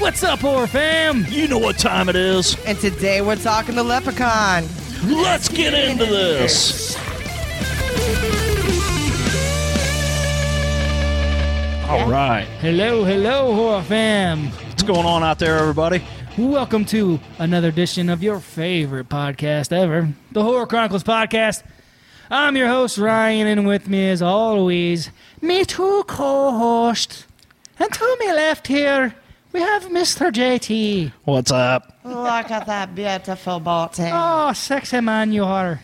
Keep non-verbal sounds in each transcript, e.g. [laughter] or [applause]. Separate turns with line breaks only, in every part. What's up, horror fam? You know what time it is.
And today we're talking to Leprechaun.
Let's get into this. All right.
Hello, hello, horror fam.
What's going on out there, everybody?
Welcome to another edition of your favorite podcast ever, the Horror Chronicles Podcast. I'm your host, Ryan, and with me, as always, me two co hosts. And to my left here, we have Mr. JT.
What's up?
Look at that beautiful body.
Oh, sexy man you are.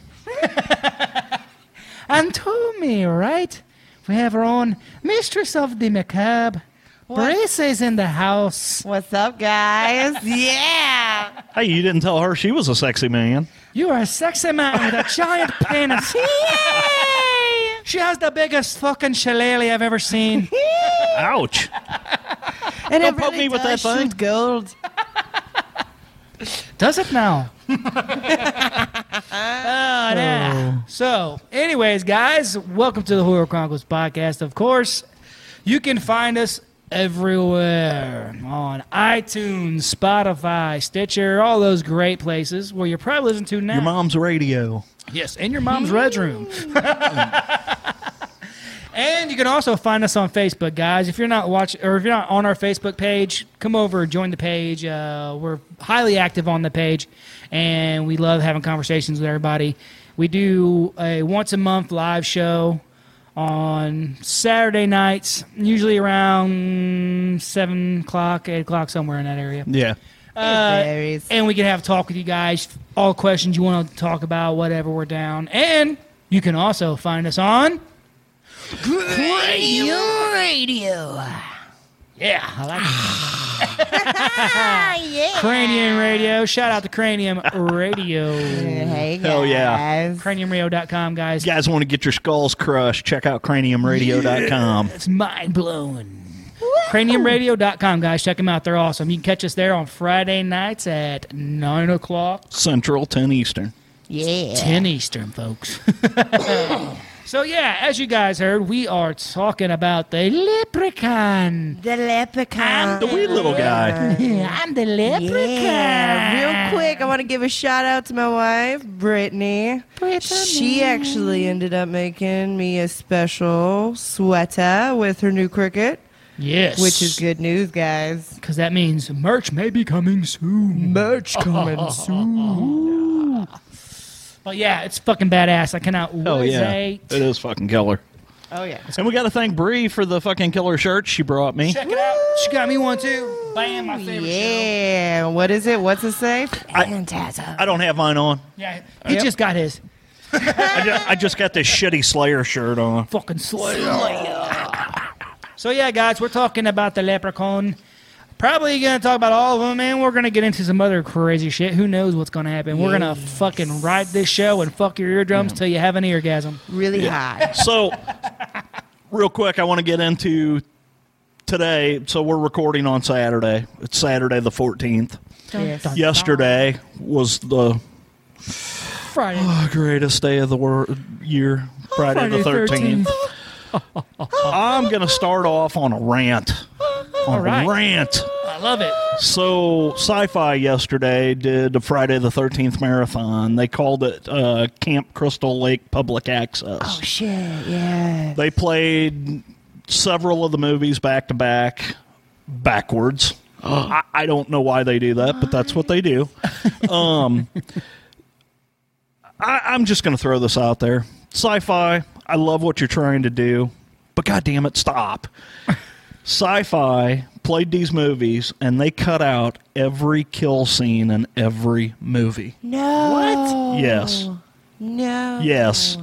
[laughs] and to me, right, we have our own mistress of the macabre. Braces in the house.
What's up, guys? [laughs] yeah.
Hey, you didn't tell her she was a sexy man.
You are a sexy man with a giant penis. She has the biggest fucking shillelagh I've ever seen.
Ouch.
And
Don't poke me with
does
that thing.
shoot gold.
Does it now? oh, yeah. Oh. So, anyways, guys, welcome to the Horror Chronicles podcast. Of course, you can find us everywhere on iTunes, Spotify, Stitcher, all those great places where you're probably listening to now.
Your mom's radio.
Yes, in your mom's red room. [laughs] and you can also find us on Facebook, guys. If you're not watching or if you're not on our Facebook page, come over, join the page. Uh, we're highly active on the page, and we love having conversations with everybody. We do a once a month live show on Saturday nights, usually around seven o'clock, eight o'clock, somewhere in that area.
Yeah.
it varies.
And we can have a talk with you guys, all questions you want to talk about, whatever, we're down. And you can also find us on Radio.
[laughs]
Yeah, I like it. Cranium Radio. Shout out to [laughs] Cranium Radio.
Hey, guys.
Hell yeah.
CraniumRadio.com, guys.
You guys want to get your skulls crushed? Check out craniumradio.com.
It's mind blowing. CraniumRadio.com, guys. Check them out. They're awesome. You can catch us there on Friday nights at 9 o'clock.
Central, 10 Eastern.
Yeah.
10 Eastern, folks. [laughs] so, yeah, as you guys heard, we are talking about the leprechaun.
The leprechaun.
The wee little guy.
I'm the leprechaun.
Yeah. Real quick, I want to give a shout out to my wife, Brittany. She actually ended up making me a special sweater with her new cricket,
Yes.
which is good news, guys.
Because that means merch may be coming soon. [laughs] Oh,
Merch coming soon.
But yeah, it's fucking badass. I cannot
Oh, yeah.
wait.
It is fucking killer.
Oh, yeah.
And we got to thank Bree for the fucking killer shirt she brought me.
Check it out. She got me one too. Bam, my favorite show.
Yeah. What is it? What's it say?
I don't have mine on.
Yeah. He just got his
I just, I just got this shitty Slayer shirt on.
fucking slayer. so yeah, guys, we're talking about the leprechaun. Probably gonna talk about all of them, and we're gonna get into some other crazy shit. Who knows what's gonna happen? We're gonna fucking ride this show and fuck your eardrums till you have an eargasm.
Really high.
So, real quick, I want to get into today. So, we're recording on Saturday. It's Saturday the 14th.
Yes.
Dun,
Yesterday was the
dun.
[sighs]
Friday.
greatest day of the wor- year, Friday, the 13th. I'm going to start off on a rant. On
All right.
a rant.
I love it.
So, Sci Fi yesterday did the Friday the 13th marathon. They called it uh, Camp Crystal Lake Public Access.
Oh, Shit, yeah.
They played several of the movies back to back, backwards. I, I don't know why they do that, but that's what they do. Um, I, I'm just going to throw this out there. Sci fi, I love what you're trying to do, but God damn it, stop. Sci fi played these movies and they cut out every kill scene in every movie.
No.
Yes.
No.
Yes.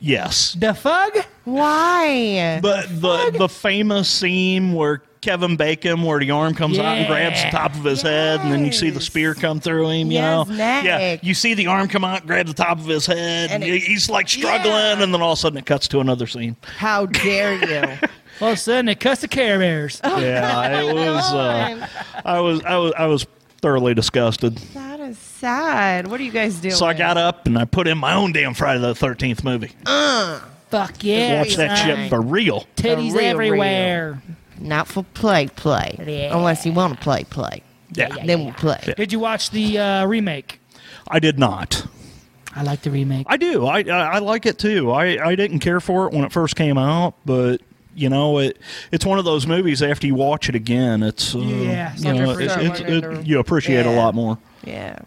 Yes.
The fug?
Why?
But the the famous scene where Kevin Bacon, where the arm comes out and grabs the
Yeah.
top of his head, and then you see the
Yes.
spear come through him. You
Yes,
know,
Nick.
yeah, you see the arm come out, grab the top of his head, and,
And
he-
it's-
he's like struggling,
Yeah.
and then all of a sudden it cuts to another scene.
How dare
[laughs]
you?
All of a sudden, it cuts the Care Bears.
Oh,
Yeah, it was. Uh, I was. I was. I was thoroughly disgusted.
that is sad. What are you guys doing?
So I got up and I put in my own damn Friday the Thirteenth movie.
Fuck yeah.
Watch that
son.
shit for real.
Titties
The real,
everywhere.
Not for play, play.
Yeah.
Unless you want to play, play.
Yeah. Yeah,
Then we play.
Did you watch the uh, remake?
I did not.
I like the remake.
I do. I, I I like it too. I I didn't care for it when it first came out, but you know it. It's one of those movies after you watch it again, it's uh,
Yeah, it's
you,
not
know,
different.
it's, it's,
Yeah.
it, you appreciate it a
Yeah.
lot more.
Yeah.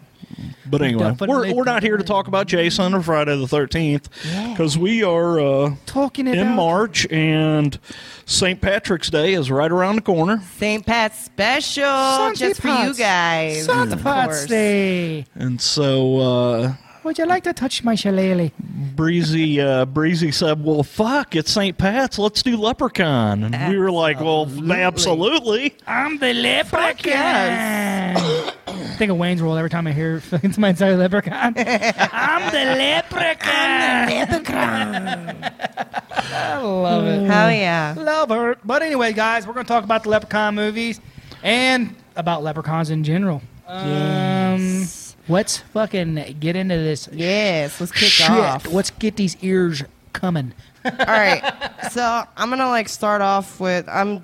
But anyway,
Definitely
we're, we're not here to talk about Jason or Friday the Thirteenth
Yeah.
because we are uh,
Talking about
in March and St. Patrick's Day is right around the corner,
St. Pat's special
Santi
Oh, just for you
Pat's.
guys.
Santa
Mm. of
Pat's
course.
Day.
and so uh,
Would you like to touch my shillelagh?
Breezy uh, Breezy said, "Well, fuck, it's St. Pat's. Let's do Leprechaun." And we were like, "Well, absolutely."
I'm the leprechaun. I [coughs] think of Wayne's World every time I hear [laughs] fucking somebody say leprechaun. [laughs] I'm the leprechaun. I love it.
Oh, yeah.
Love her. But anyway, guys, we're going to talk about the leprechaun movies and about leprechauns in general. Um, let's fucking get into this
Yes, let's kick
shit.
off.
Let's get these ears coming.
All right. So I'm gonna like start off with I'm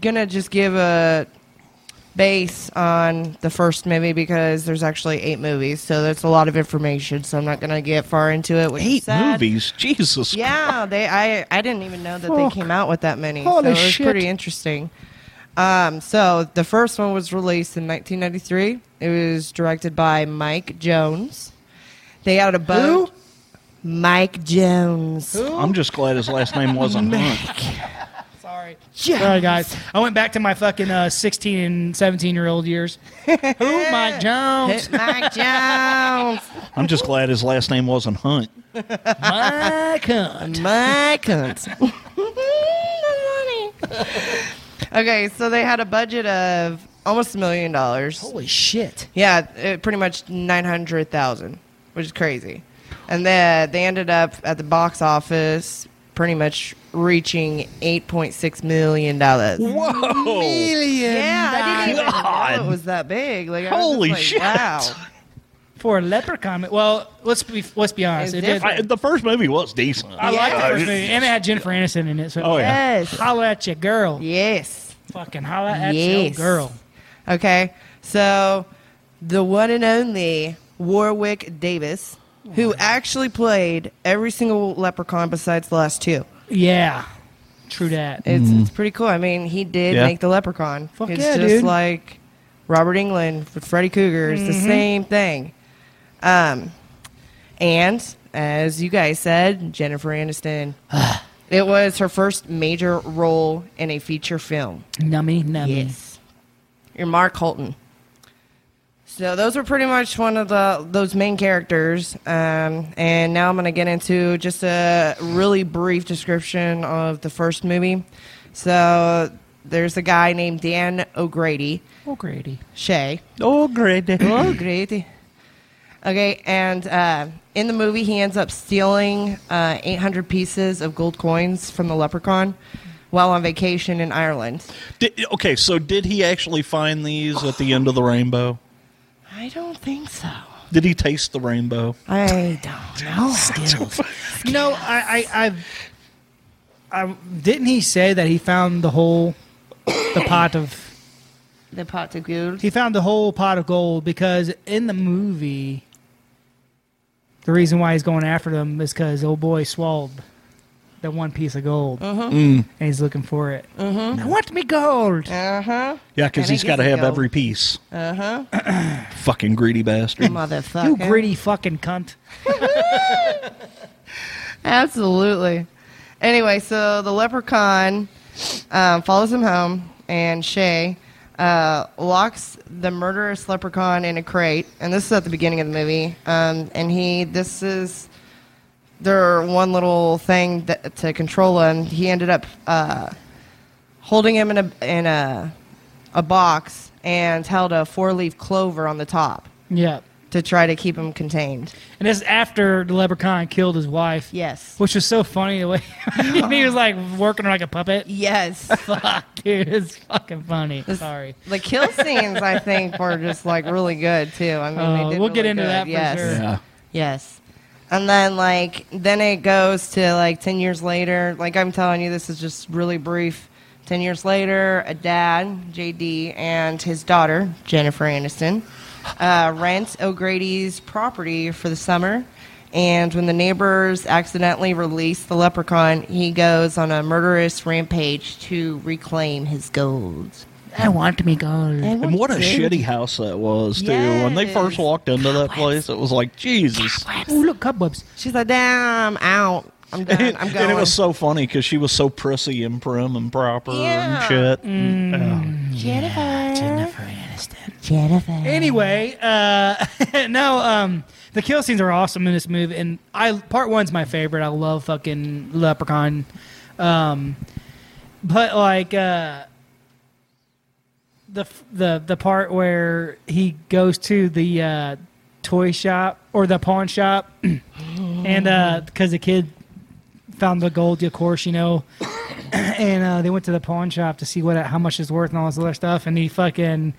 gonna just give a base on the first movie because there's actually eight movies, so that's a lot of information. So I'm not gonna get far into it. Which is
Eight
sad.
movies, Jesus.
Yeah, they. I I didn't even know that
Fuck.
they came out with that many.
Holy
so it was
shit.
pretty interesting. Um, so the first one was released in 1993. It was directed by Mike Jones. They had a boat. Mike Jones.
I'm just glad his last name wasn't
[laughs]
Hunt.
Sorry.
Yes.
Sorry, guys. I went back to my fucking uh, 16 and 17 year old years. Who?
[laughs]
Mike Jones.
Hit Mike Jones.
I'm just glad his last name wasn't Hunt.
[laughs] Mike Hunt.
My cunt. [laughs] okay, so they had a budget of almost a million dollars.
Holy shit.
Yeah, it, pretty much 900,000, which is crazy. And then they ended up at the box office pretty much reaching 8.6 million dollars.
Whoa!
Yeah, I didn't even
God.
know it was that big. Like, I was
Holy
just like,
shit.
Wow.
For a leprechaun. Well, let's be let's be honest.
It's
It did.
[laughs]
different.
I, the first movie was decent.
I like the
Yeah.
first movie, and it had Jennifer Aniston in it. So
Oh, yeah.
Yes.
holla at your girl.
Yes.
Fucking holla at your
Yes.
girl.
Okay, so the one and only Warwick Davis, who actually played every single leprechaun besides the last two.
Yeah, true that.
It's, it's pretty cool. I mean, he did
Yeah.
make the leprechaun.
Mm-hmm. Fuck
it's
yeah,
just
dude.
like Robert England with Freddy Cougar. It's
Mm-hmm.
the same thing. Um, and as you guys said,
[sighs]
Jennifer Aniston. it was her first major role in a feature film.
Nummy, nummy.
Yes. Um, You're Mark Holton. So those were pretty much one of the those main characters, um, and now I'm going to get into just a really brief description of the first movie. So there's a guy named Dan O'Grady,
Oh, Grady.
Shay.
Oh, great.
[laughs] O'Grady. Okay, and uh, in the movie, he ends up stealing uh, 800 pieces of gold coins from the leprechaun while on vacation in Ireland.
Did, okay, so did he actually find these at the end of the rainbow?
I don't think so.
Did he taste the rainbow?
I don't [laughs] know.
No, I, I, I've, I didn't he say that he found the whole, the pot of
The pot of gold.
He found the whole pot of gold because in the movie, the reason why he's going after them is because old boy swallowed that one piece of gold, and he's looking for it. I want me gold.
Uh huh.
Yeah, because
And
he's
it
got to
is
have
gold.
every piece. Uh
Uh-huh.
huh. [clears throat] Fucking greedy bastard.
Mm. Motherfucker.
You gritty fucking cunt.
Absolutely. Anyway, so the leprechaun um, follows him home, and Shay uh, locks the murderous leprechaun in a crate. And this is at the beginning of the movie. Um, and he, this is their one little thing that, to control him. He ended up uh, holding him in a in a a box and held a four leaf clover on the top
Yeah.
to try to keep him contained.
And this is after the leprechaun killed his wife.
Yes.
Which was so funny the way [laughs] he was like working her like a [laughs] puppet.
Yes.
Fuck, dude, it's fucking funny. Sorry.
The kill scenes, I think, were just like really good too. I mean,
Oh,
they did
we'll get
really
into
good.
that for
yes.
sure.
Yeah.
Yes. And then like then it goes to like ten years later. Like I'm telling you, this is just really brief Ten years later, a dad, JD, and his daughter, Jennifer Aniston, uh, rent O'Grady's property for the summer. And when the neighbors accidentally release the leprechaun, he goes on a murderous rampage to reclaim his gold.
I want me gold.
And what a shitty house that was, too. When they first
Yes.
walked into that place, it was like, Jesus.
Ooh, look, cobwebs.
She's like, damn, I'm out. I'm done. I'm going.
and it was so funny because she was so prissy and prim and proper
Yeah.
and shit. Mm.
Jennifer.
Jennifer Aniston.
Jennifer.
Anyway, uh, [laughs] no, um, the kill scenes are awesome in this movie, and I part one's my favorite. I love fucking Leprechaun, um, but like uh, the f- the the part where he goes to the uh, toy shop or the pawn shop, and because the kid found the gold, of course, you know, [coughs] and uh, they went to the pawn shop to see what how much it's worth and all this other stuff, and he fucking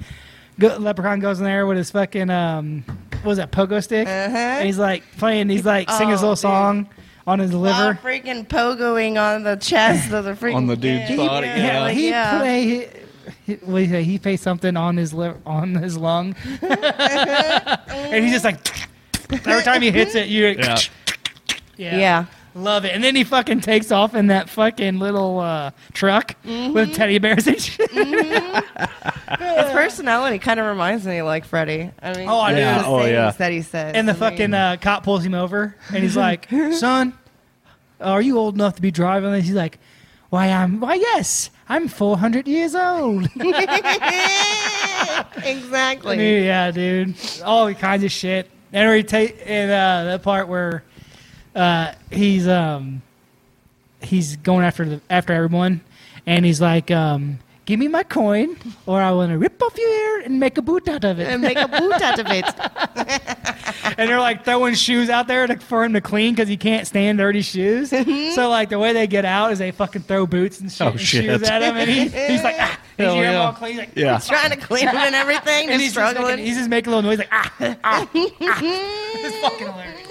go, leprechaun goes in there with his fucking um, what was that pogo stick, and he's like playing, he's like singing his
Uh-huh. Oh,
little
dude.
song on his
All
liver.
freaking pogoing on the chest of the
[laughs]
freaking
On the dude's
kid.
body,
Yeah,
yeah.
like,
he
yeah.
play. He, what do you say? he plays something on his lip, on his
[laughs]
lung,
Uh-huh.
and he's just like every time he hits it, you
Yeah.
[laughs] yeah.
Yeah.
Love it. And then he fucking takes off in that fucking little uh, truck with teddy bears and shit.
His personality kind of reminds me like Freddie. I mean,
Oh, I
Yeah,
the
oh,
things
yeah.
that he says.
And the
I mean,
fucking uh, cop pulls him over and he's like, son, are you old enough to be driving? And he's like, why, I'm, why, yes, I'm 400 years old.
[laughs] exactly.
Dude, yeah, dude. All kinds of shit. And we take and uh, that part where uh, he's um he's going after the after everyone, and he's like, um, "Give me my coin, or I want to rip off your ear and make a boot out of it."
And make a boot out of it.
[laughs] and they're like throwing shoes out there to, for him to clean because he can't stand dirty shoes. so like the way they get out is they fucking throw boots and, shit,
Oh,
and
shit.
shoes at him, and he, he's like,
[laughs]
ah, his
Hell
ear
yeah.
all clean. He's like,
Yeah.
Trying to clean him and everything.
and
And
he's just,
struggling.
making, he's just making a little noise like ah, ah, ah. it's fucking hilarious.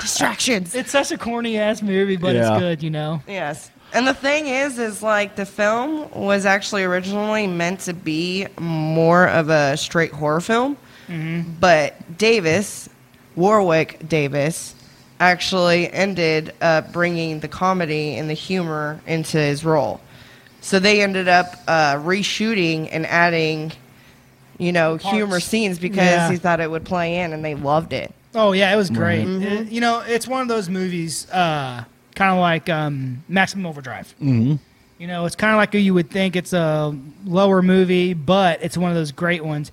Distractions.
It's such a corny ass movie, but
Yeah.
it's good, you know.
Yes. And the thing is, is like the film was actually originally meant to be more of a straight horror film, but Davis, Warwick Davis, actually ended up bringing the comedy and the humor into his role. So they ended up uh, reshooting and adding, you know, humor scenes because
Yeah.
he thought it would play in, and they loved it.
Oh yeah, it was great. It- you know, it's one of those movies, uh, kind of like um, Maximum Overdrive. Mm-hmm. You know, it's kind of like you would think it's a lower movie, but it's one of those great ones.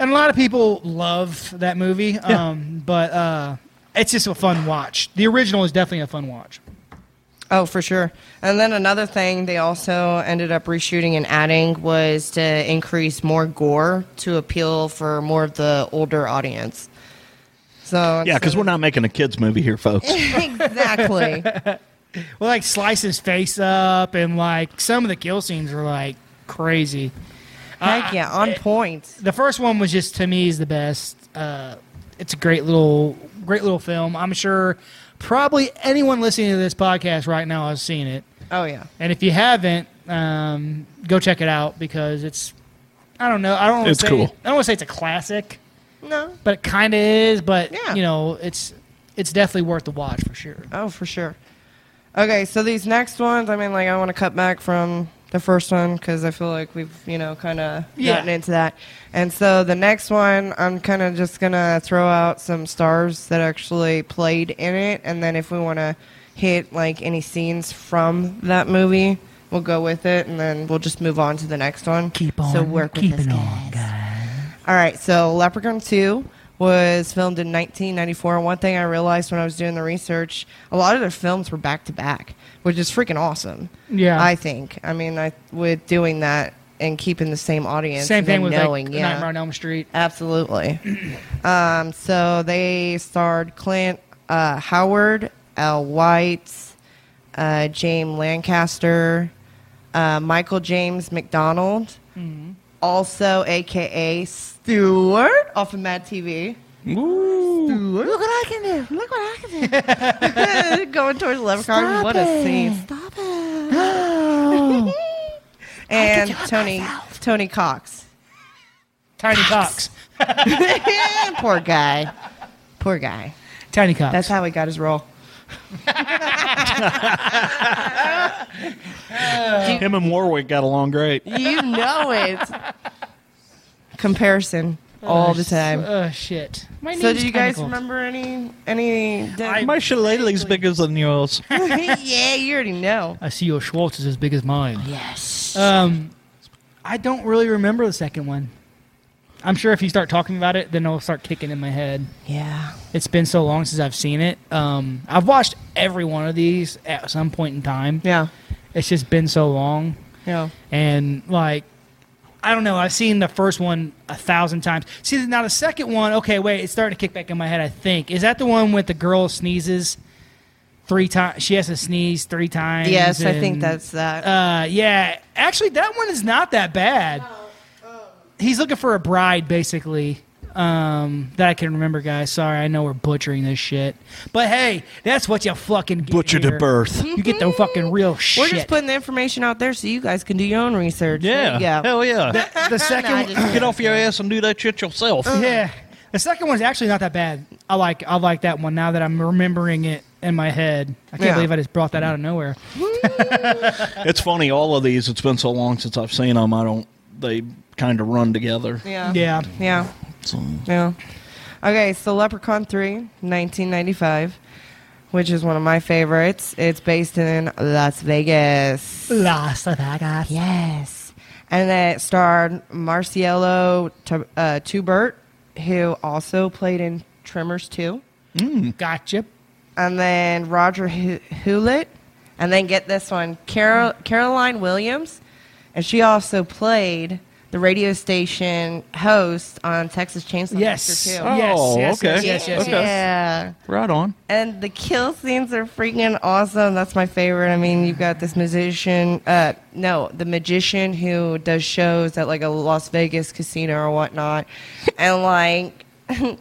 And a lot of people love that movie, um, but uh, it's just a fun watch. The original is definitely a fun watch.
Oh, for sure. And then another thing they also ended up reshooting and adding was to increase more gore to appeal for more of the older audience. So
Yeah, because we're not making a kids movie here, folks.
[laughs] exactly.
Well, like slice his face up, and like some of the kill scenes are like crazy. Uh,
Heck yeah, on point.
the first one was just to me is the best. Uh, it's a great little great little film. I'm sure probably anyone listening to this podcast right now has seen it,
Oh yeah.
and if you haven't, um, go check it out because it's I don't know I don't wanna
It's
say,
cool.
I don't want to say it's a classic,
No.
but it kind of is. But
Yeah.
you know it's it's definitely worth the watch for sure.
Oh, for sure. Okay, so these next ones, I mean, like, I want to cut back from the first one because I feel like we've, you know, kind of
Yeah.
gotten into that. And so the next one, I'm kind of just going to throw out some stars that actually played in it. And then if we want to hit, like, any scenes from that movie, we'll go with it. And then we'll just move on to the next one. So work with us, guys. All right, so Leprechaun 2 was filmed in 1994. And one thing I realized when I was doing the research, a lot of their films were back to back, which is freaking awesome.
Yeah.
I think. I mean, I with doing that and keeping the same audience.
Same
and
thing
them
with
knowing,
like,
yeah.
Nightmare on Elm Street.
Absolutely. um, so they starred Clint uh, Howard, Al White, uh, James Lancaster, uh, Michael James McDonald, also AKA Stewart off of Mad TV. Look what I can do! Look what [laughs] [gasps] I can do! Going towards Leprechaun. what a scene!
Stop it.
and Tony Tony Cox.
Tiny Cox.
[laughs] Poor guy. Poor guy.
Tiny Cox.
That's how he got his role.
Him and Warwick got along great.
You know it. Comparison all the time.
Oh shit. My
So,
name's
do you guys
Tentacles.
remember any any?
My shillelagh's bigger than yours.
[laughs] yeah, you already know.
I see your Schwartz is as big as mine.
Yes.
Um, I don't really remember the second one. I'm sure if you start talking about it, then it'll start kicking in my head.
yeah.
It's been so long since I've seen it. Um, I've watched every one of these at some point in time.
Yeah.
It's just been so long,
Yeah.
and like, I don't know. I've seen the first one a thousand times. See, now the second one. Okay, wait, it's starting to kick back in my head. I think is that the one with the girl sneezes three times. She has to sneeze three times.
Yes, I think
and-
that's that.
uh, yeah, actually, that one is not that bad. He's looking for a bride, basically. Um, that I can remember, guys. Sorry, I know we're butchering this shit, but hey, that's what you fucking get
Butchered
here.
to birth.
You get the fucking real shit.
We're just putting the information out there so you guys can do your own research.
Yeah.
Yeah.
Hell yeah.
the second.
[laughs] No, I
one-
just-
Get off your ass and do that shit yourself.
Uh.
yeah, the second one's actually not that bad. I like I like that one now that I'm remembering it in my head. I can't
Yeah.
believe I just brought that out of nowhere.
It's funny, all of these, it's been so long since I've seen them, I don't, they kind of run together.
Yeah.
Yeah,
Yeah.
So,
Yeah. Okay, so Leprechaun 3, 1995, which is one of my favorites. It's based in Las Vegas.
Las Vegas.
Yes. And it starred Marciello Tu- uh, Tubert, who also played in Tremors 2.
Gotcha.
And then Roger Hu- Hewlett. And then get this one Carol- Caroline Williams. And she also played the radio station host on Texas Chainsaw
Yes.
Massacre 2.
Yes,
Oh,
yes,
okay.
yes, yes, yes,
okay.
yes.
Yeah.
Right on.
And the kill scenes are freaking awesome. That's my favorite. I mean, you've got this musician, uh, no, the magician who does shows at like a Las Vegas casino
[laughs]
or whatnot, and like [laughs]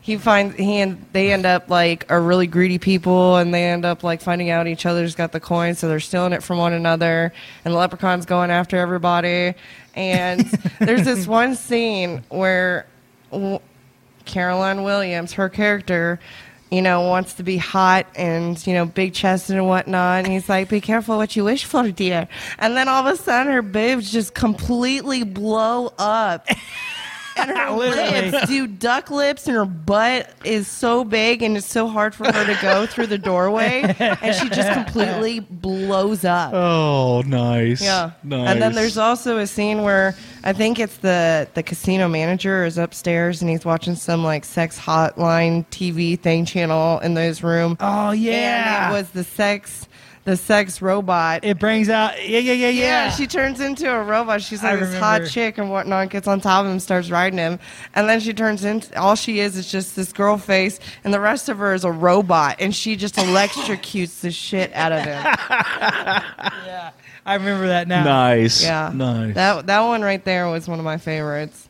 he finds he and they end up like are really greedy people, and they end up like finding out each other's got the coin, so they're stealing it from one another, and the leprechaun's going after everybody.
[laughs]
And there's this one scene where. w- Caroline Williams, her character, you know, wants to be hot and, you know, big chested and whatnot. And he's like, be careful what you wish for, dear. And then all of a sudden, her boobs just completely blow up. And her
Literally.
lips do duck lips, and her butt is so big, and it's so hard for her to go through the doorway. And she just completely blows up.
Oh, nice.
Yeah.
Nice.
And then there's also a scene where I think it's the the casino manager is upstairs and he's watching some like sex hotline TV thing channel in this room.
Oh yeah.
And it was the sex the sex robot.
It brings out yeah yeah yeah yeah.
yeah, she turns into a robot. She's
I
like this hot
remember.
chick and whatnot, gets on top of him, starts riding him, and then she turns into all she is is just this girl face, and the rest of her is a robot, and she
[laughs]
just electrocutes the shit out of him.
I remember that now.
nice.
Yeah.
Nice.
That that one right there was one of my favorites.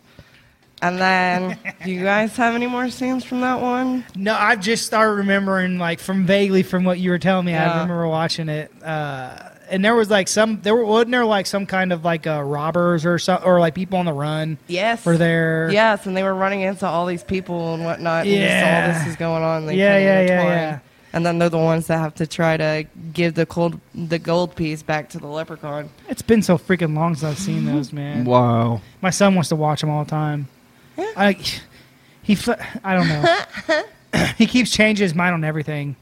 [laughs]
And then, do you guys have any more scenes from that one?
No, I've just started remembering like from vaguely from what you were telling me. I
Yeah.
remember watching it, uh, and there was like some there were, wasn't there like some kind of like uh, robbers or so or like people on the run
Yes.
were there.
Yes, and they were running into all these people and whatnot.
Yeah.
And just all this is going on. They
Yeah,
kinda
yeah, yeah,
intertwine.
yeah.
And then they're the ones that have to try to give the cold, the gold piece back to the leprechaun.
It's been so freaking long since I've seen those, man.
wow.
My son wants to watch them all the time. I he fl- I don't know. he keeps changing his mind on everything.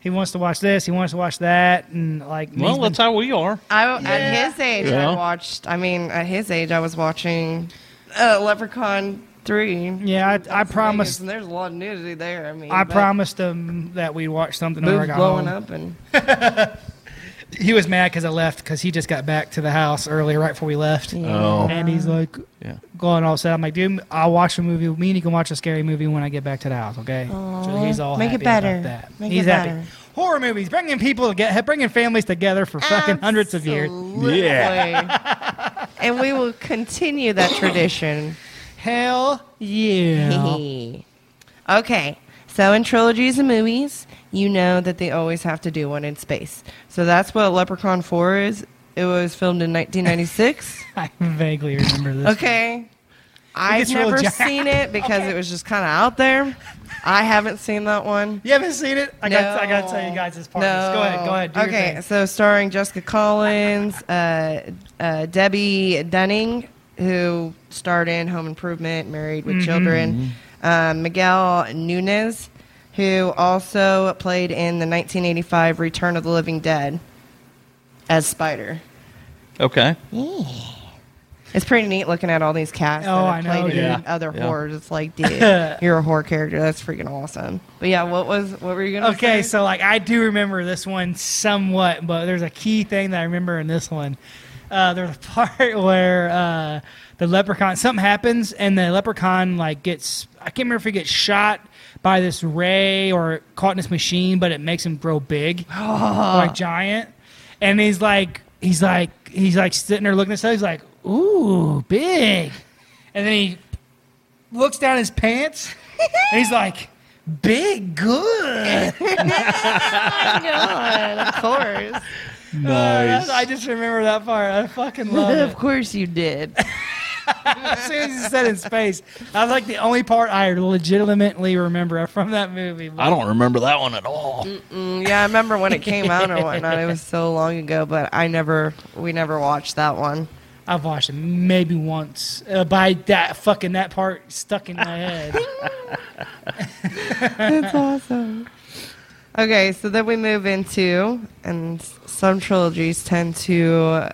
He wants to watch this. He wants to watch that, and like he's
Well,
been-
that's how we are.
I, At his age,
Yeah.
I watched. I mean, at his age, I was watching uh, Leprechaun Three.
yeah. I, I promised.
And there's a lot of nudity there. I mean,
I
but
promised him that we'd watch something when I
Boobs
got
blowing
home.
up and
He was mad because I left because he just got back to the house earlier, right before we left.
Oh.
And he's like,
Yeah.
going all set. I'm like, dude, I'll watch a movie. Me and you can watch a scary movie when I get back to the house, okay? so he's all
Make it
happy
better.
about that.
Make
he's
it
happy.
better.
Horror movies, bringing people together, bringing families together for fucking hundreds of years.
Absolutely.
Yeah.
and we will continue that tradition.
Hell [coughs]
[laughs]
yeah.
okay. So in trilogies and movies, you know that they always have to do one in space. So that's what Leprechaun 4 is It was filmed
[laughs]
in 1996.
I vaguely remember this.
okay. I've
gets real
never
jacked.
seen
[laughs]
it because it was just kind of out there. I haven't seen that one.
You haven't seen it? I got I got to tell you guys this part. of this. Go ahead, go ahead. Do
okay,
your thing.
so starring Jessica Collins, uh, uh, Debbie Dunning, who starred in Home Improvement, Married
Mm-hmm.
with Children, uh, Miguel Nunez, who also played in the 1985 Return of the Living Dead as Spider.
Okay.
Uh,
It's pretty neat looking at all these cats
Oh,
that
I
have
know,
played in
dude.
other
Yeah.
horrors. It's like,
[laughs]
dude, you're a horror character. That's freaking awesome. But yeah, what was what were you gonna
Okay,
[laughs] say?
so like I do remember this one somewhat, but there's a key thing that I remember in this one. Uh, there's a [laughs] part where uh, the leprechaun something happens and the leprechaun like gets I can't remember if he gets shot by this ray or caught in this machine, but it makes him grow
[gasps]
big, like giant. And he's like he's like he's like sitting there looking at stuff. He's like, ooh, big. And then he looks down his pants
[laughs]
and he's like, big good.
God, of course.
Nice.
Uh, I just remember that part. I fucking love
[laughs] of
it.
course you did.
As soon as he said in space, that's like the only part I legitimately remember from that movie.
I don't remember that one at all.
Mm, yeah, I remember when it came out and whatnot. It was so long ago, but I never, we never watched that one.
I've watched it maybe once. Uh, by that fucking that part stuck in my
[laughs]
head.
That's awesome. Okay, so then we move into, and s- some trilogies tend to,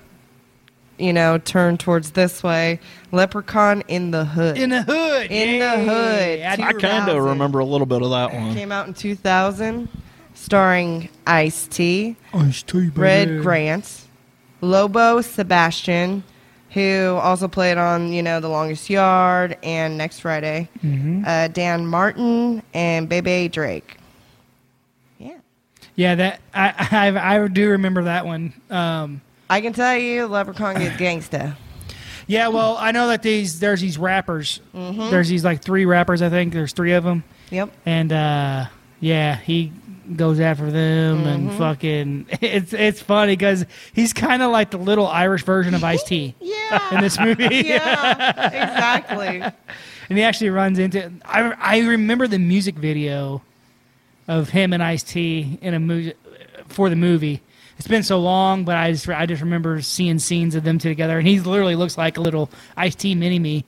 you know, turn towards this way. Leprechaun in the Hood
in the hood.
In the
yay.
Hood.
I do
I kind
Rouses.
of remember a little bit of that one.
came out in 2000, starring Ice T. Red Grant, Lobo Sebastian, who also played on you know The Longest Yard and Next Friday, uh, Dan Martin and Bebe Drake. Yeah,
Yeah, that I, I I do remember that one. Um,
I can tell you, Leprechaun gets gangsta.
yeah, well, I know that these there's these rappers.
Mm-hmm.
There's these like three rappers. I think there's three of them.
Yep.
and uh, yeah, he goes after them and fucking. [laughs] It's it's funny because he's kind of like the little Irish version of Ice T
Yeah.
in this movie,
yeah. Exactly.
and he actually runs into. I I remember the music video of him and Ice T in a movie for the movie. It's been so long, but I just I just remember seeing scenes of them two together, and he literally looks like a little Ice T mini me,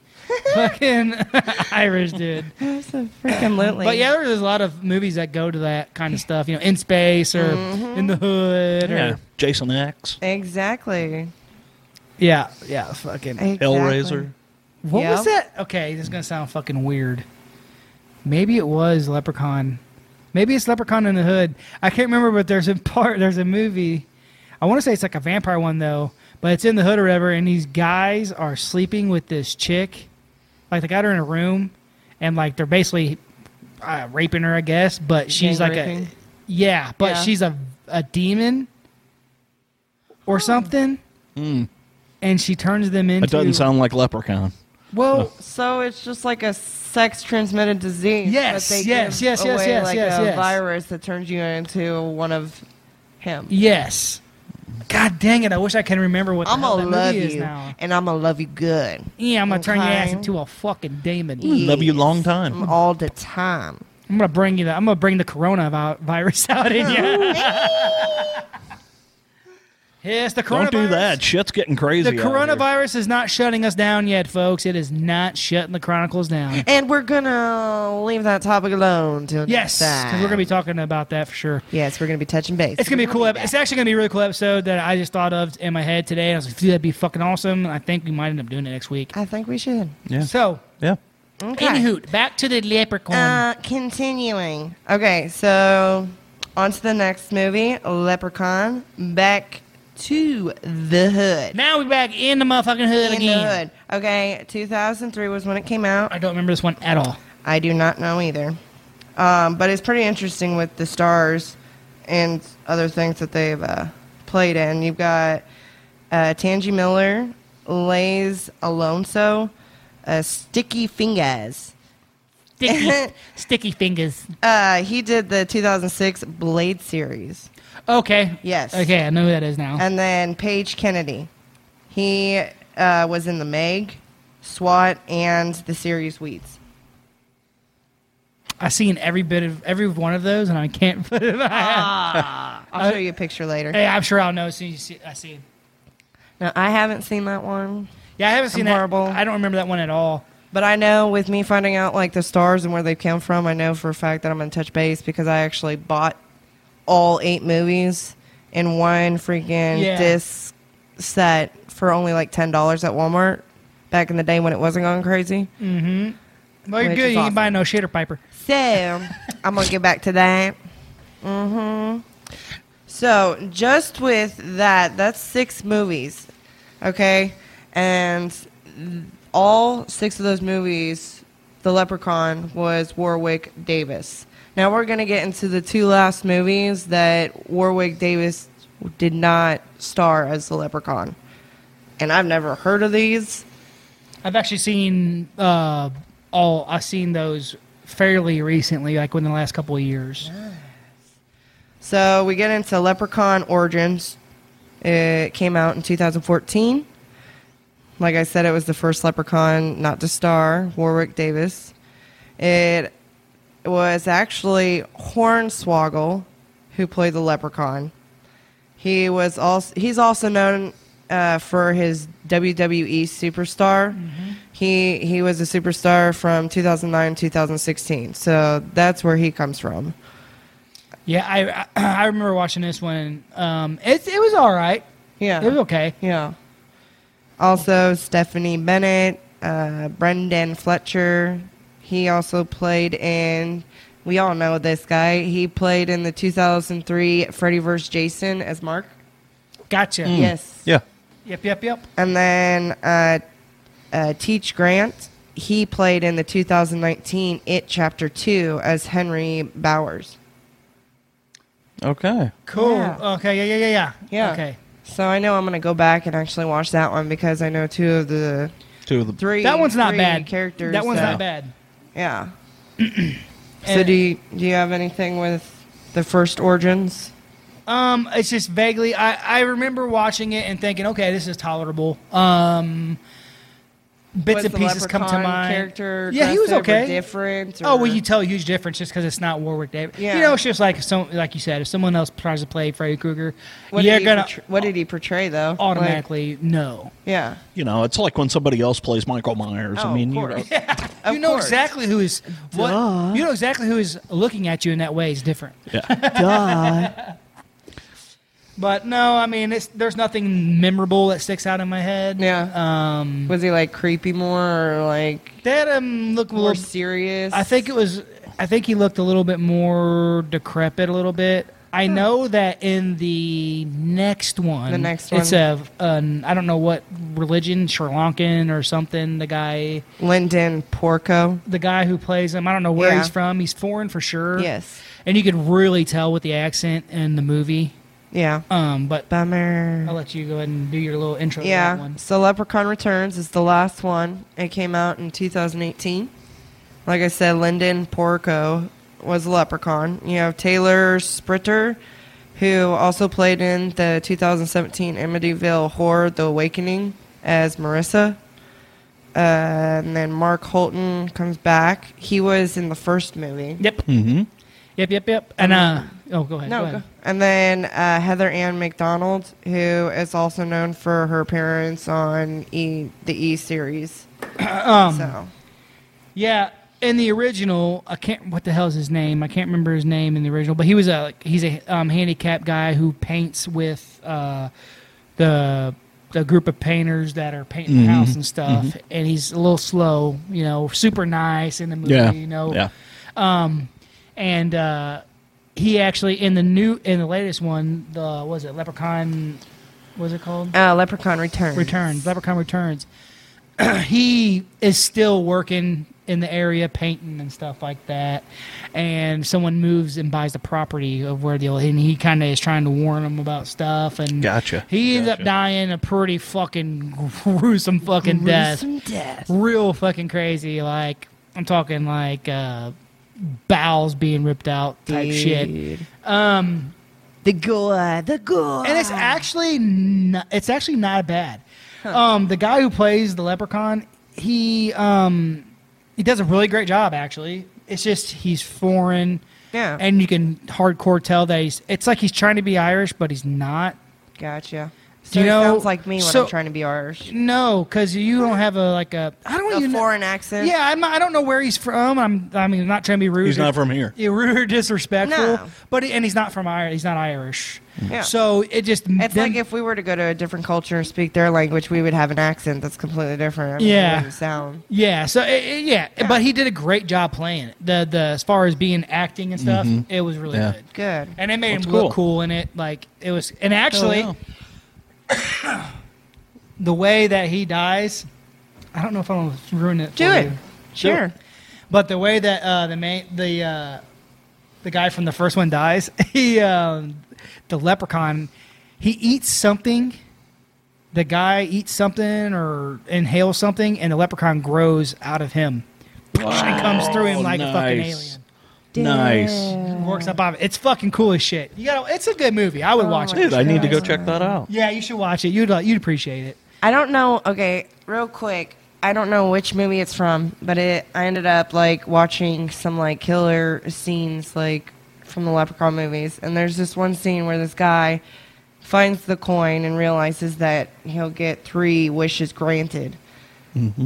fucking [laughs] Irish dude.
Freaking Lily.
But yeah, there's a lot of movies that go to that kind of stuff, you know, in space or in the hood or
Yeah. Jason X,
Exactly.
yeah, yeah, fucking.
exactly.
Hellraiser.
What was
Yep.
that? Okay, this is gonna sound fucking weird. Maybe it was Leprechaun. Maybe it's Leprechaun in the Hood. I can't remember, but there's a [laughs] part. There's a movie. I want to say it's like a vampire one though, but it's in the hood or whatever. And these guys are sleeping with this chick. Like they got her in a room, and like they're basically uh, raping her, I guess. But she's
Gang
like
raping?
a yeah, but
Yeah.
she's a a demon or something. And she turns them into.
It doesn't sound like Leprechaun.
well.
So it's just like a sex transmitted disease.
Yes,
but they
yes,
give
yes, yes,
away
yes,
like
yes,
a
yes.
virus that turns you into one of him.
Yes. God dang it! I wish I can remember what the
I'm
hell
gonna
that
love
movie is
you,
now.
and I'm gonna love you good
Yeah, I'm gonna turn your ass
Okay.
into a fucking demon.
Love you
Yes.
long time.
all the time.
I'm gonna bring you the. I'm gonna bring the coronavirus [laughs] out in you. yes, the coronavirus.
Don't do that. Shit's getting crazy.
The
out here.
coronavirus is not shutting us down yet, folks. It is not shutting the Chronicles down.
And we're gonna leave that topic alone till
Yes,
next time.
because we're gonna be talking about that for sure.
yes, we're gonna be touching base.
It's gonna be a cool. Ep- it's actually gonna be a really cool episode that I just thought of in my head today. I was like, "Dude, that'd be fucking awesome." I think we might end up doing it next week.
I think we should.
Yeah.
So,
Yeah.
Okay.
anywho, back to the leprechaun.
Uh, continuing. Okay, so on to the next movie, Leprechaun. Back to the hood.
Now we're back in the motherfucking hood
in
again.
the hood. Okay, 2003 was when it came out.
I don't remember this one at all.
I do not know either, um, but it's pretty interesting with the stars and other things that they've uh, played in. You've got uh, Tangi Miller, Lays Alonso, uh, Sticky Fingers. [laughs]
Sticky, sticky fingers.
Uh, he did the 2006 Blade series.
Okay.
Yes.
Okay, I know who that is now.
And then Paige Kennedy. He uh, was in The Meg, SWAT, and the series Weeds.
I've seen every bit of every one of those, and I can't [laughs] put it.
I'll show you a picture later.
hey, I'm sure I'll know as soon as you see, I see it.
No, I haven't seen that one,
Yeah, I haven't seen
Marble.
that. I don't remember that one at all.
but I know with me finding out like the stars and where they come from, I know for a fact that I'm gonna touch base because I actually bought all eight movies in one freaking
Yeah.
disc set for only like ten dollars at Walmart back in the day when it wasn't going crazy.
Well, you're
Which
good.
is
You
awesome.
can buy no shitter piper.
So I'm gonna get back to that. Mm-hmm. So just with that, that's six movies, okay, and all six of those movies, the Leprechaun was Warwick Davis. Now we're gonna get into the two last movies that Warwick Davis did not star as the Leprechaun, and I've never heard of these.
I've actually seen uh, all. I've seen those fairly recently, like within the last couple of years.
So we get into Leprechaun Origins. It came out in 2014. Like I said, it was the first Leprechaun not to star Warwick Davis. It was actually Hornswoggle who played the Leprechaun. He was also he's also known uh, for his WWE superstar.
Mm-hmm.
He he was a superstar from 2009 2016. So that's where he comes from.
Yeah, I [clears throat] I, I remember watching this one. Um, it it was all right.
Yeah.
It was okay.
Yeah. Also, Stephanie Bennett, uh, Brendan Fletcher. He also played in. We all know this guy. He played in the 2003 Freddy vs. Jason as Mark.
Gotcha.
Mm. Yes.
Yeah.
Yep. Yep. Yep.
And then uh, uh, Teach Grant. He played in the 2019 It Chapter 2 as Henry Bowers.
Okay.
Cool.
Yeah.
Okay. Yeah. Yeah. Yeah. Yeah.
Yeah.
Okay.
So I know I'm going to go back and actually watch that one because I know two of the
Two of the.
three
That one's not
three
bad.
characters.
That one's
that-
not bad. [clears throat]
Yeah. so
And-
do you, do you have anything with the first origins?
Um, it's just vaguely. I, I remember watching it and thinking, okay, this is tolerable. Um, bits
Was
and
the
pieces come to
leprechaun
mind.
Character
yeah, he was
aggressive or
okay.
Different.
Oh
or-
well, you tell a huge difference just because it's not Warwick Davis.
Yeah.
You know, it's just like some, like you said, if someone else tries to play Freddy Krueger,
What
you're
did he
gonna
portray- what did he portray though? Like,
automatically no.
yeah.
You know, it's like when somebody else plays Michael Myers.
Oh,
I mean,
of
you
[laughs]
course.
you
Of
know
course.
exactly who is what.
Duh.
You know exactly who is looking at you in that way is different.
yeah.
But no, I mean, it's, there's nothing memorable that sticks out in my head.
Yeah.
Um,
Was he like creepy more or like
that um look a
more
little
serious?
I think it was. I think he looked a little bit more decrepit, a little bit. I know that in the next one,
The next
it's
one.
a an, I don't know what religion, Sri Lankan or something. The guy,
Lyndon Porco.
the guy who plays him, I don't know where
Yeah.
he's from. He's foreign for sure.
Yes.
and you could really tell with the accent in the movie.
Yeah.
Um, but
Bummer.
I'll let you go ahead and do your little intro. to that
Yeah.
one.
So Leprechaun Returns is the last one. It came out in 2018. Like I said, Lyndon Porco was a Leprechaun. You have Taylor Spritter, who also played in the 2017 Amityville Horror: The Awakening as Marissa. Uh, and then Mark Holton comes back. He was in the first movie.
Yep. Mm-hmm. Yep. Yep. Yep. And uh, oh, go ahead.
No,
go ahead.
go- and then uh, Heather Ann McDonald, who is also known for her appearance on E the
[clears throat]
E series.
Um,
so
Yeah, in the original, I can't. What the hell's his name? I can't remember his name in the original, but he was a like, he's a um, handicapped guy who paints with uh, the the group of painters that are painting
Mm-hmm.
the house and stuff, and he's a little slow, you know, super nice in the movie, [laughs]
Yeah.
you know,
Yeah.
and uh, he actually in the new in the latest one, the what was it Leprechaun? What was it called?
uh, Leprechaun Returns.
Returns, Leprechaun Returns. [clears throat] he is still working in the area, painting and stuff like that. And someone moves and buys the property of where the old, and he kind of is trying to warn him about stuff. And
Gotcha.
He ends up dying a pretty fucking [laughs] gruesome fucking death,
Gruesome death.
real fucking crazy. Like I'm talking like uh, bowels being ripped out type shit.
Dude. The gore, the gore.
and it's actually not, it's actually not bad. Um, the guy who plays the leprechaun, he um, he does a really great job. Actually, it's just he's foreign,
Yeah.
and you can hardcore tell that he's. It's like he's trying to be Irish, but he's not.
gotcha. So
Do you
it
know-
sounds like me when
so-
I'm trying to be Irish.
No, because you don't have a like a. I don't
A
even
foreign
know.
accent.
Yeah, I'm, not- I don't know where he's from. I'm. I mean, I'm not trying to be rude.
He's not from here.
Yeah, rude or disrespectful.
No.
But he- and he's not from Ireland. He's not Irish.
Yeah.
So it just
It's
them-
like if we were to go to a different culture and speak their language, we would have an accent that's completely different. I mean, it
Yeah.
wouldn't sound.
Yeah, so i i yeah, but he did a great job playing it. The the as far as being acting and stuff, it was really
Mm-hmm. Yeah.
good.
Good.
And it made
That's
him
cool.
look cool in it. Like it was, and actually,
Hell
the way that he dies, I don't know if I'm gonna ruin it.
Do
for
it.
you,
Sure.
but the way that uh, the main the uh, the guy from the first one dies, [laughs] he um, the leprechaun, he eats something. The guy eats something or inhales something, and the leprechaun grows out of him. and comes through him like a fucking
nice.
alien.
Nice.
Works up on it. It's fucking cool as shit. You got to It's a good movie. I would watch it.
Dude, I need to go check that out.
Yeah, you should watch it. You'd like, you'd appreciate it.
I don't know. Okay, real quick. I don't know which movie it's from, but it. I ended up like watching some like killer scenes like from the Leprechaun movies, and there's this one scene where this guy finds the coin and realizes that he'll get three wishes granted.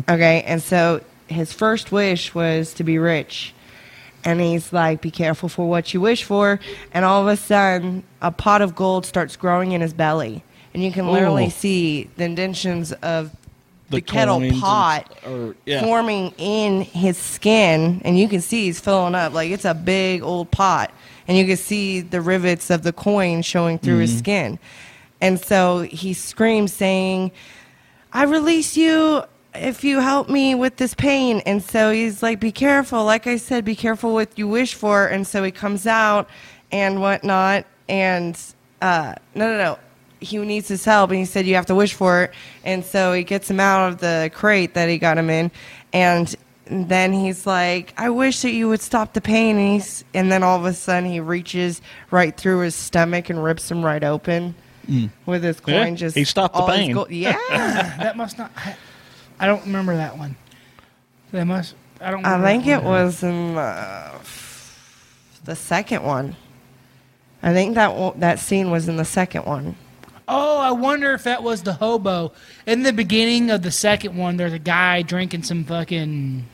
Okay, and so his first wish was to be rich. And he's like, be careful for what you wish for. And all of a sudden, a pot of gold starts growing in his belly. And you can literally
Ooh.
see the indentions of the, kettle
coins and-
pot
or- yeah.
forming in his skin. And you can see he's filling up. Like it's a big old pot. And you can see the rivets of the coin showing through
Mm-hmm.
his skin. And so he screams, saying, I release you if you help me with this pain. And so he's like, be careful. Like I said, be careful what you wish for. And so he comes out and whatnot. And uh, no, no, no. He needs his help. And he said, you have to wish for it. And so he gets him out of the crate that he got him in. And then he's like, I wish that you would stop the pain. And, he's, and then all of a sudden he reaches right through his stomach and rips him right open. With his coin,
Yeah,
just
he stopped the
all his
pain. [laughs]
gold- yeah,
that must not. I, I don't remember that one. That must. I don't.
I
remember
think
that
it
one.
was in the, the second one. I think that wa- that scene was in the second one.
Oh, I wonder if that was the hobo. In the beginning of the second one, there's a guy drinking some fucking.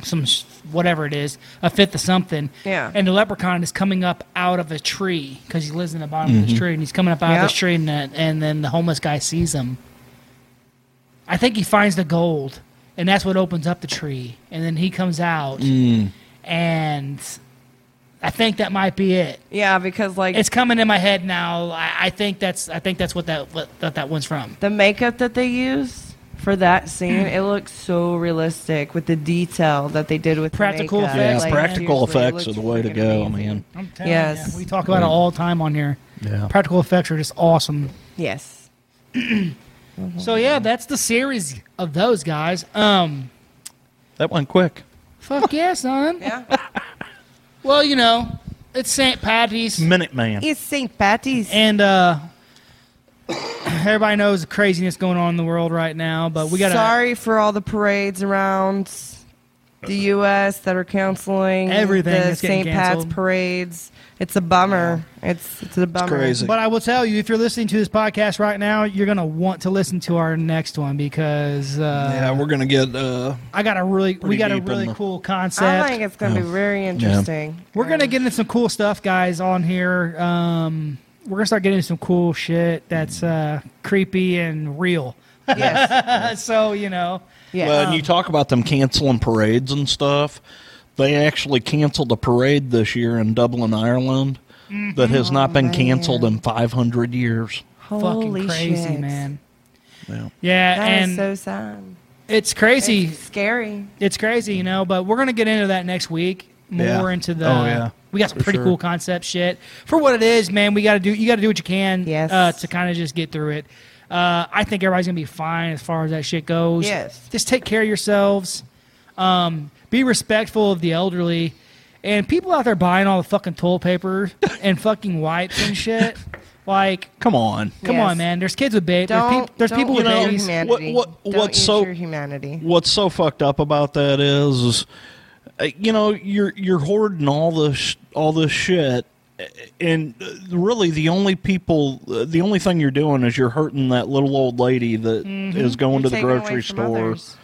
Some s- whatever it is, a fifth of something.
Yeah.
And the leprechaun is coming up out of a tree because he lives in the bottom of this tree, and he's coming up out
Yep.
of this tree, and, that, and then the homeless guy sees him. I think he finds the gold, and that's what opens up the tree, and then he comes out, and I think that might be it.
Yeah, because like
It's coming in my head now. I, I think that's I think that's what that what, that that one's from.
the makeup that they use for that scene, it looks so realistic with the detail that they did with the
Practical
makeup.
Yeah,
effects,
Like,
practical
seriously, it
effects are
looks
the way to
freaking
go,
amazing.
man.
I'm telling
Yes.
you, we talk about it all the time on here.
Yeah.
Practical effects are just awesome.
Yes.
So yeah, that's the series of those guys. Um,
That went quick.
fuck
[laughs]
yeah, son.
Yeah.
Well, you know, it's St. Patty's,
Minuteman.
it's St. Patty's.
and uh, everybody knows the craziness going on in the world right now. But we got
Sorry for all the parades around the U.S. that are canceling
Everything
The
is getting
St. Pat's
canceled.
parades. It's a bummer. It's it's a bummer.
crazy.
But I will tell you, if you're listening to this podcast right now, you're gonna want to listen to our next one because uh,
yeah, we're gonna get. Uh,
I got a really we
Pretty
got a
deep in
really
the-
cool
I
concept.
think it's going to
Oh.
be very interesting.
we're gonna get into some cool stuff, guys, on here. Um, we're gonna start getting into some cool shit that's uh, creepy and real. [laughs]
yes,
so you know,
yes.
Well, and you talk about them canceling parades and stuff. They actually canceled a parade this year in Dublin, Ireland, that
Mm-hmm.
has not
Oh,
been canceled in 500 years.
Holy
fucking crazy,
shit.
man.
Yeah.
Yeah,
That is
and
so sad.
it's crazy.
It's scary.
It's crazy, you know, but we're gonna get into that next week. More
Yeah.
into the
Oh, yeah.
we got some
For
pretty
sure.
cool concept shit. For what it is, man, we gotta do you gotta do what you can
Yes.
uh, to kind of just get through it. Uh, I think everybody's gonna be fine as far as that shit goes.
Yes.
Just take care of yourselves. Um, be respectful of the elderly And people out there buying all the fucking toilet
[laughs]
paper and fucking wipes and shit. Like,
Come on.
come
Yes.
on, man. There's kids with babies. There's,
Don't,
peop- there's
don't
people with
eat your
babies.
humanity.
What- what-
Don't
what's
eat
so-
your humanity?
What's so fucked up about that is, is, uh, you know, you're you're hoarding all this all this shit, uh, and uh, really the only people, uh, the only thing you're doing is you're hurting that little old lady that is going to
Mm-hmm. You're
the
taking away
grocery
from
store
others.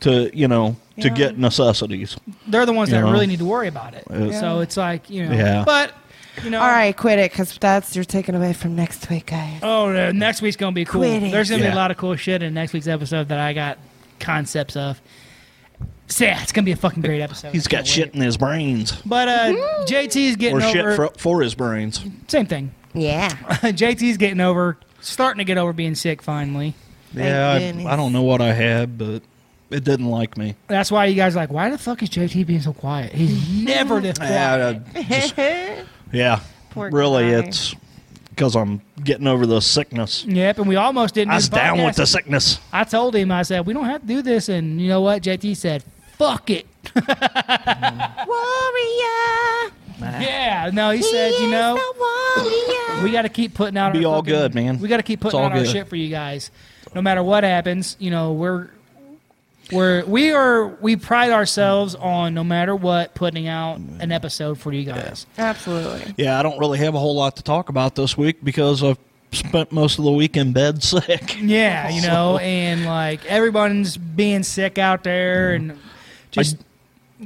to you know to
Yeah.
get necessities.
They're the ones
You
that
know?
really need to worry about it.
Yeah.
So it's like, you know.
Yeah.
But, you know.
All right, quit it, because that's you're taking away from next week, guys.
Oh, no, next week's gonna be cool.
Quit it.
There's gonna be a
Yeah.
lot of cool shit in next week's episode that I got concepts of. So yeah, it's gonna be a fucking great episode.
He's
I
got
can't
shit
wait.
in his brains,
But uh, JT's getting
or
over
shit for, for his brains.
same thing. [laughs]
Yeah.
JT's getting over, starting to get over being sick finally.
yeah,
goodness.
I, I don't know what I had, but it didn't like me.
That's why you guys are like, why the fuck is JT being so quiet?
[laughs]
He's never this quiet.
Yeah, I just- yeah.
Poor
really,
guy.
it's because I'm getting over the sickness.
Yep, and we almost didn't.
I
do
was
the
down
podcast.
with the sickness.
I told him, I said, we don't have to do this, and you know what? JT said, fuck it.
warrior.
Yeah, no, he said,
he
you
is
know,
the warrior.
We got to keep putting out.
Be
our
all
fucking-
good, man.
We got to keep putting
all
out our
good.
shit for you guys, no matter what happens. You know, we're we're we are we pride ourselves on no matter what putting out an episode for you guys.
Absolutely.
Yeah, I don't really have a whole lot to talk about this week because I've spent most of the week in bed [laughs] sick.
Yeah, you know, and like everyone's being sick out there, and just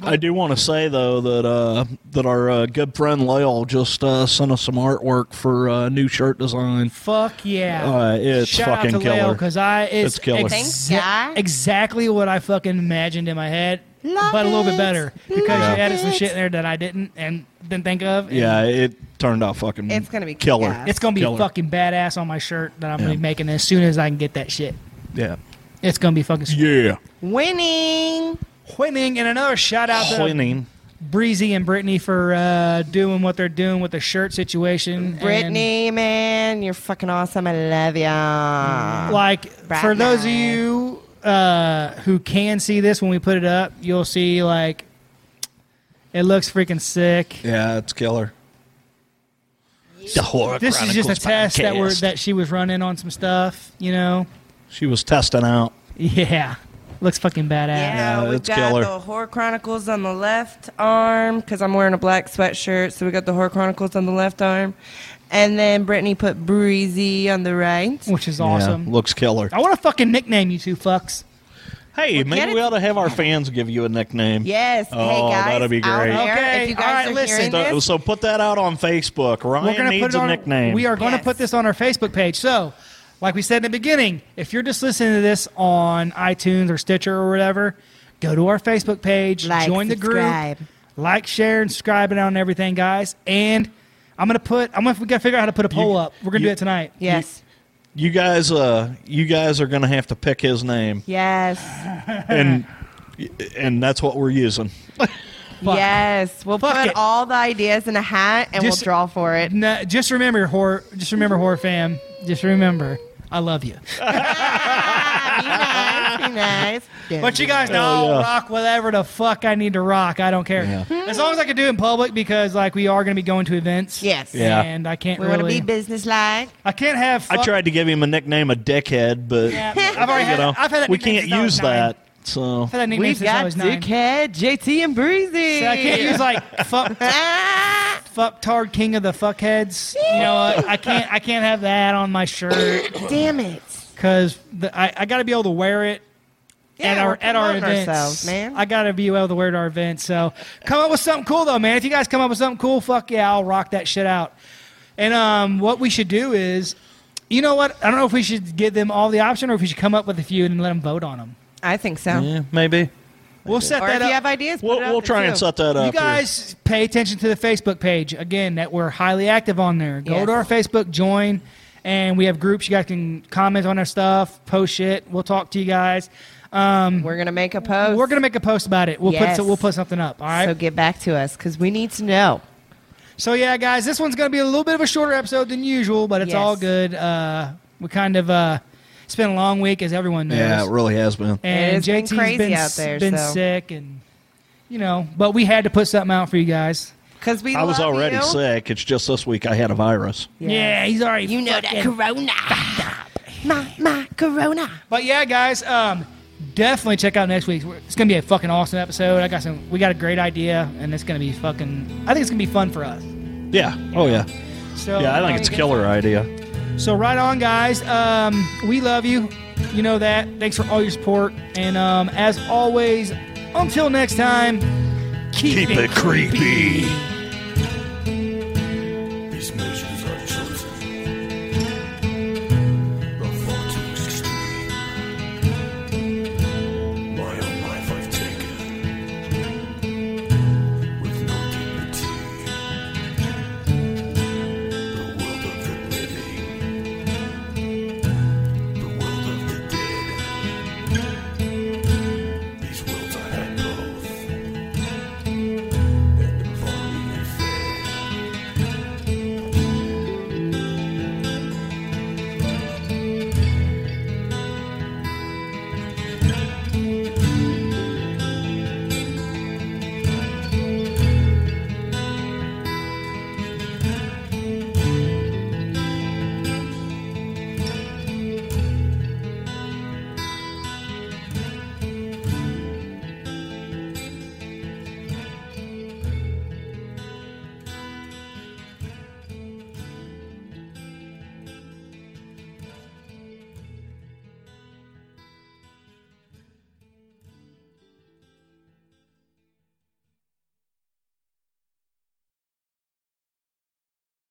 I do want to say though that uh, that our uh, good friend Lyle just uh, sent us some artwork for uh, new shirt design.
fuck yeah.
Uh, it's
Shout
fucking
out to Leo
killer.
because I it's,
It's killer.
Thanks,
exa-
guy.
exactly what I fucking imagined in my head,
Love
but a little
it.
bit better because
Love
you added some
it.
shit in there that I didn't and didn't think of. and
Yeah, it turned out fucking.
It's gonna be
killer.
kick-ass.
it's gonna be
Killer.
fucking badass on my shirt that I'm gonna be
Yeah.
making as soon as I can get that shit.
Yeah,
It's gonna be fucking sweet.
yeah.
Winning.
winning. And another shout out to
Cleaning.
Breezy and Brittany for uh, doing what they're doing with the shirt situation. and-
Brittany, man, you're fucking awesome. I love ya.
like
Brat
for those of
night.
you uh, who can see this when we put it up, you'll see like it looks freaking sick.
Yeah, it's killer. The horror
This is just a
Chronicles
test that we're
podcast.
that she was running on some stuff, you know.
she was testing out.
Yeah, looks fucking badass.
Yeah,
Yeah,
we've
it's
got
killer.
the Horror Chronicles on the left arm because I'm wearing a black sweatshirt, so we got the Horror Chronicles on the left arm, and then Brittany put Breezy on the right.
which is awesome.
Yeah, looks killer.
I want to fucking nickname you two fucks.
Hey,
get
maybe
it-
we ought to have our fans give you a nickname.
Yes.
Oh,
hey guys,
that'd be
out
great.
there,
Okay,
if you
all
guys
right,
are
listen.
hearing
So,
this,
so put that out on Facebook. Ryan
it
needs a
on-
nickname.
We are going to
Yes.
put this on our Facebook page. So, like we said in the beginning, if you're just listening to this on iTunes or Stitcher or whatever, go to our Facebook page,
Like,
join
subscribe.
the group, like, share, and subscribe it on everything, guys. And I'm gonna put. I'm gonna we gotta figure out how to put a poll up. We're gonna
you-
do it tonight.
yes,
You guys, uh, you guys are going to have to pick
[laughs]
his name,
yes,
and and that's what we're using.
Fuck.
yes. We'll
Fuck
put
it.
all the ideas in a hat and
Just-
we'll draw for
[laughs]
it.
No, just remember, horror. Just remember, horror fam. Just remember, I love you.
Ah, be nice, [laughs] be nice.
But you guys know I'll
yeah.
rock whatever the fuck I need to rock. I don't care.
Yeah.
Hmm.
As long as I can do it in public because like we are going to be going to events.
Yes.
Yeah.
And I can't
we want
really.
to be businesslike. [laughs]
I can't have.
I
fuck-
tried to give him a nickname, a dickhead, but
Yeah, I've already
you
had.
know,
I've had that.
we
nickname
can't
since I was
use
nine.
that. So
I've had that nickname
We've
since I
got
was nine.
Dickhead, JT, and Breezy.
So I can't use like fuck,
[laughs] Ah,
fucktard king of the fuckheads. You know, uh, I can't. I can't have that on my shirt
damn it.
because I, I got to be able to wear it
Yeah,
at our
we're
at our
promoting
events.
ourselves, man.
I gotta be able to wear to our events. So come up with something cool though, man. If you guys come up with something cool, fuck yeah, I'll rock that shit out. And um, what we should do is, you know what? I don't know if we should give them all the option or if we should come up with a few and let them vote on them.
I think so.
yeah, maybe
We'll set
Or
that
if
up.
you have ideas, put
we'll
it out
we'll
there,
try and
too.
set that up.
you
here.
guys pay attention to the Facebook page again that we're highly active on there. Go
Yes.
to our Facebook, join, and we have groups. You guys can comment on our stuff, post shit. We'll talk to you guys.
We're gonna make a post.
We're gonna make a post about it. We'll put
Yes.
so we'll put something up. All right.
So get back to us because we need to know.
So yeah, guys, this one's gonna be a little bit of a shorter episode than usual, but it's
Yes.
all good. Uh, we kind of uh, it's been a long week, as everyone knows.
yeah, it really has been.
and
It has been
JT's
crazy
been
out
s-
there,
been
so-
sick, and you know, but we had to put something out for you guys.
Because we
I was
love
already
you.
sick. It's just this week I had a virus.
Yeah, he's already.
You know that
fucking-
corona. My, my corona.
But yeah, guys, um, definitely check out next week. It's gonna be a fucking awesome episode. I got some. We got a great idea, and it's gonna be fucking. I think it's gonna be fun for us.
Yeah. Oh yeah.
So
Yeah, I think it's a killer idea.
So right on, guys. Um, we love you. You know that. Thanks for all your support, and um, as always, until next time, keep,
Keep it creepy.